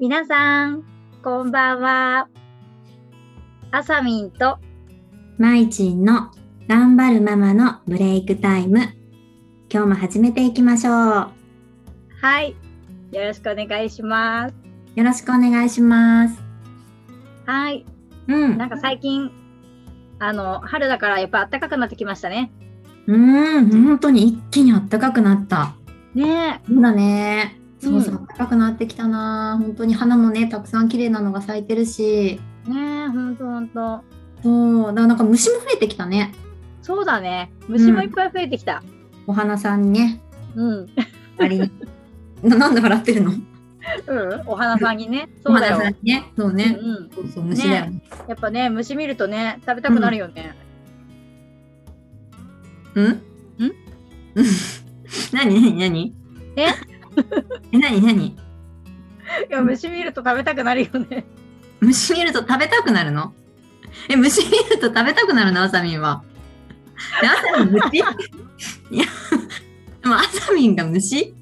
皆さん、こんばんは。あさみんと、まいちんの頑張るママのブレイクタイム。今日も始めていきましょう。はい。よろしくお願いします。よろしくお願いします。はい。うん。なんか最近、あの、春だからやっぱ暖かくなってきましたね。うーん、本当に一気に暖かくなった。ねそうだね。そうそう、う暖かくなってきたな。本当に花もね、たくさん綺麗なのが咲いてるし。え、ねえ、ほんとほんと。そう、だからなんか虫も増えてきたね。そうだね。虫もいっぱい増えてきた。お花さんにね。うん。うん、割に ななんで笑ってるのお花さんにね。おそうだ花よ。さんにね。そうね。うんうん。そうそう、虫だよね。やっぱね、虫見るとね、食べたくなるよね。うん？ ん？何何何？え？え何何？いや、虫見ると食べたくなるよね。虫見ると食べたくなるの？え虫見ると食べたくなるのあさみんは？えあさみん虫？い やでもあさみんが虫？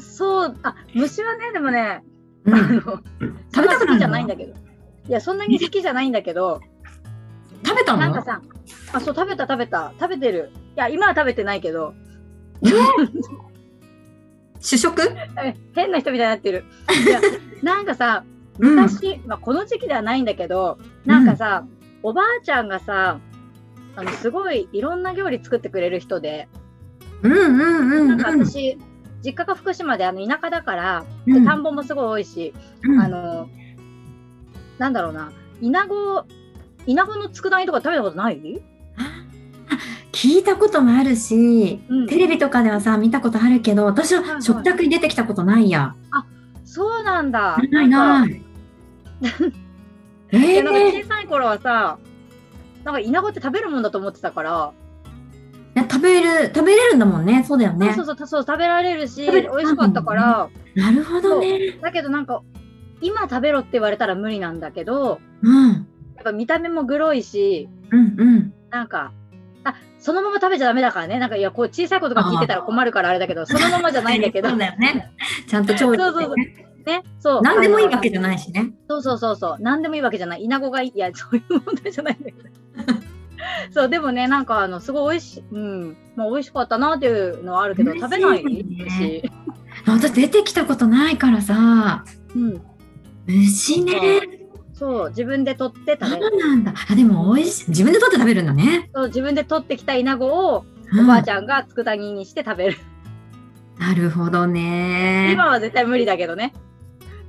そう、あ、虫はね、でもね、うあん。の、食べ好たくなるのきじゃないんだけど。いや、そんなに好きじゃないんだけど、食べたなんのか？さ、あ、そう、食べた食べた、食べてる。いや、今は食べてないけど、主食？え変な人みたいになってる。い や、なんかさ、うん。昔、まあ、この時期ではないんだけど、なんかさ、おばあちゃんがさ、あの、すごいいろんな料理作ってくれる人で、うんうんうなんんかうん。私、実家が福島であの田舎だから、うでん田んぼもすごい多いし、うんあの、なんだろうな、イナゴ、イナゴの佃煮とか食べたことない聞いたこともあるし、うんテレビとかではさ見たことあるけど、私いははい食卓に出てきたことないや。そうなんだ。ないなんなかい。えいやなんかー小さい頃はさ、なんかイナゴって食べるもんだと思ってたから、いや食べる食べれるんだもんね。そうだよねそう。そうそうそう食べられるし、食べ美味しかったから、なるほどね。だけどなんか、今食べろって言われたら無理なんだけど、うんやっぱ見た目もグロいし、うんうん。なんか、あ、そのまま食べちゃダメだからね。なんか、いや、こう小さい子とか聞いてたら困るからあれだけど、そのままじゃないんだけど。 そうだよね。ちゃんと調理そうそうしそうてね。ね、そう。何でもいいわあけじゃないしね。の。そうそうそうそう。何でもいいわけじゃない。イナゴがいい。いや、そういう問題じゃないんだけど。 そう、でもね、なんか、あの、すごい美味しい、うん、もう美味しかったなっていうのはあるけど、嬉し食いべないねし。私出てきたことないからさ。うん。虫ね。そう、自分で取ってそ食べる。うなんだ。あでも美味しい。自分で取って食べるんだね。そう、自分で取ってきたイナゴを、うおんばあちゃんが佃煮にして食べる。なるほどね。今は絶対無理だけどね。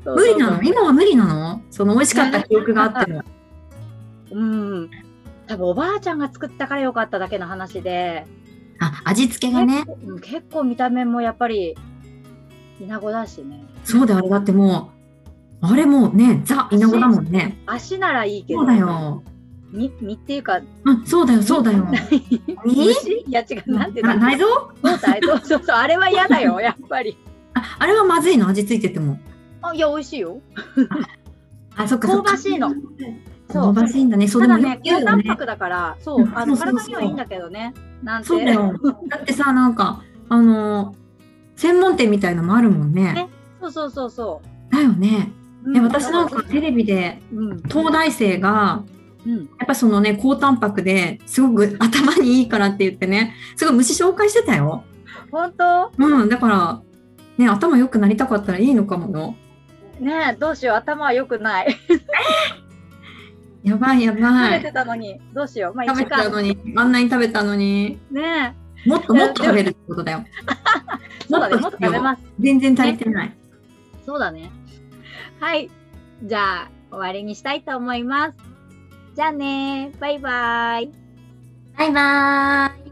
そう無理なそうの今は無理なのその美味しかった記憶があっても。そううん。多分おばあちゃんが作ったからよかっただけの話で、あ、味付けがね結。構うん結構見た目もやっぱり、イナゴだしね。そうだよ、あれだってもう、あれもうね、ザ・イナゴだもんね。足ならいいけど。そうだよ。身。身っていうか、うん、そうだよ、そうだよ。虫いや違う、なんていうなの内臓そうだそうそうそう、あれは嫌だ よ、やっぱり。ああれはまずいの味付いてても。あいや、美味しいよ。あ、そっか。香ばしいの。そ香う。ばしいんだね。そうただでもよねく、言高うよタンねパクだから、そう、あのそうそうそう体にはいいんだけどね。なんて。そうだよ。だってさ、なんか、あのー、専門店みたいのもあるもんねね。 そうそうそうそだよね。う。ね私なんかテレビで、うん、東大生が、うん、やっぱそのね、高タンパクですごく頭にいいからって言ってね、すごい虫紹介してたよ。本当うん、だから、ね、頭良くなりたかったらいいのかもよ。ねえどうしよう頭は良くないやばいや食ばべい。てたのにどうしようまあ1食べ時てた間のに、あんなに食べたのに、ねもっといやもっと食べるってことだよ。え そうだねもっと食べす。ます全然足りてない。そうだねはいじゃあ終わりにしたいと思いますじゃあねバイバイバイバーイ。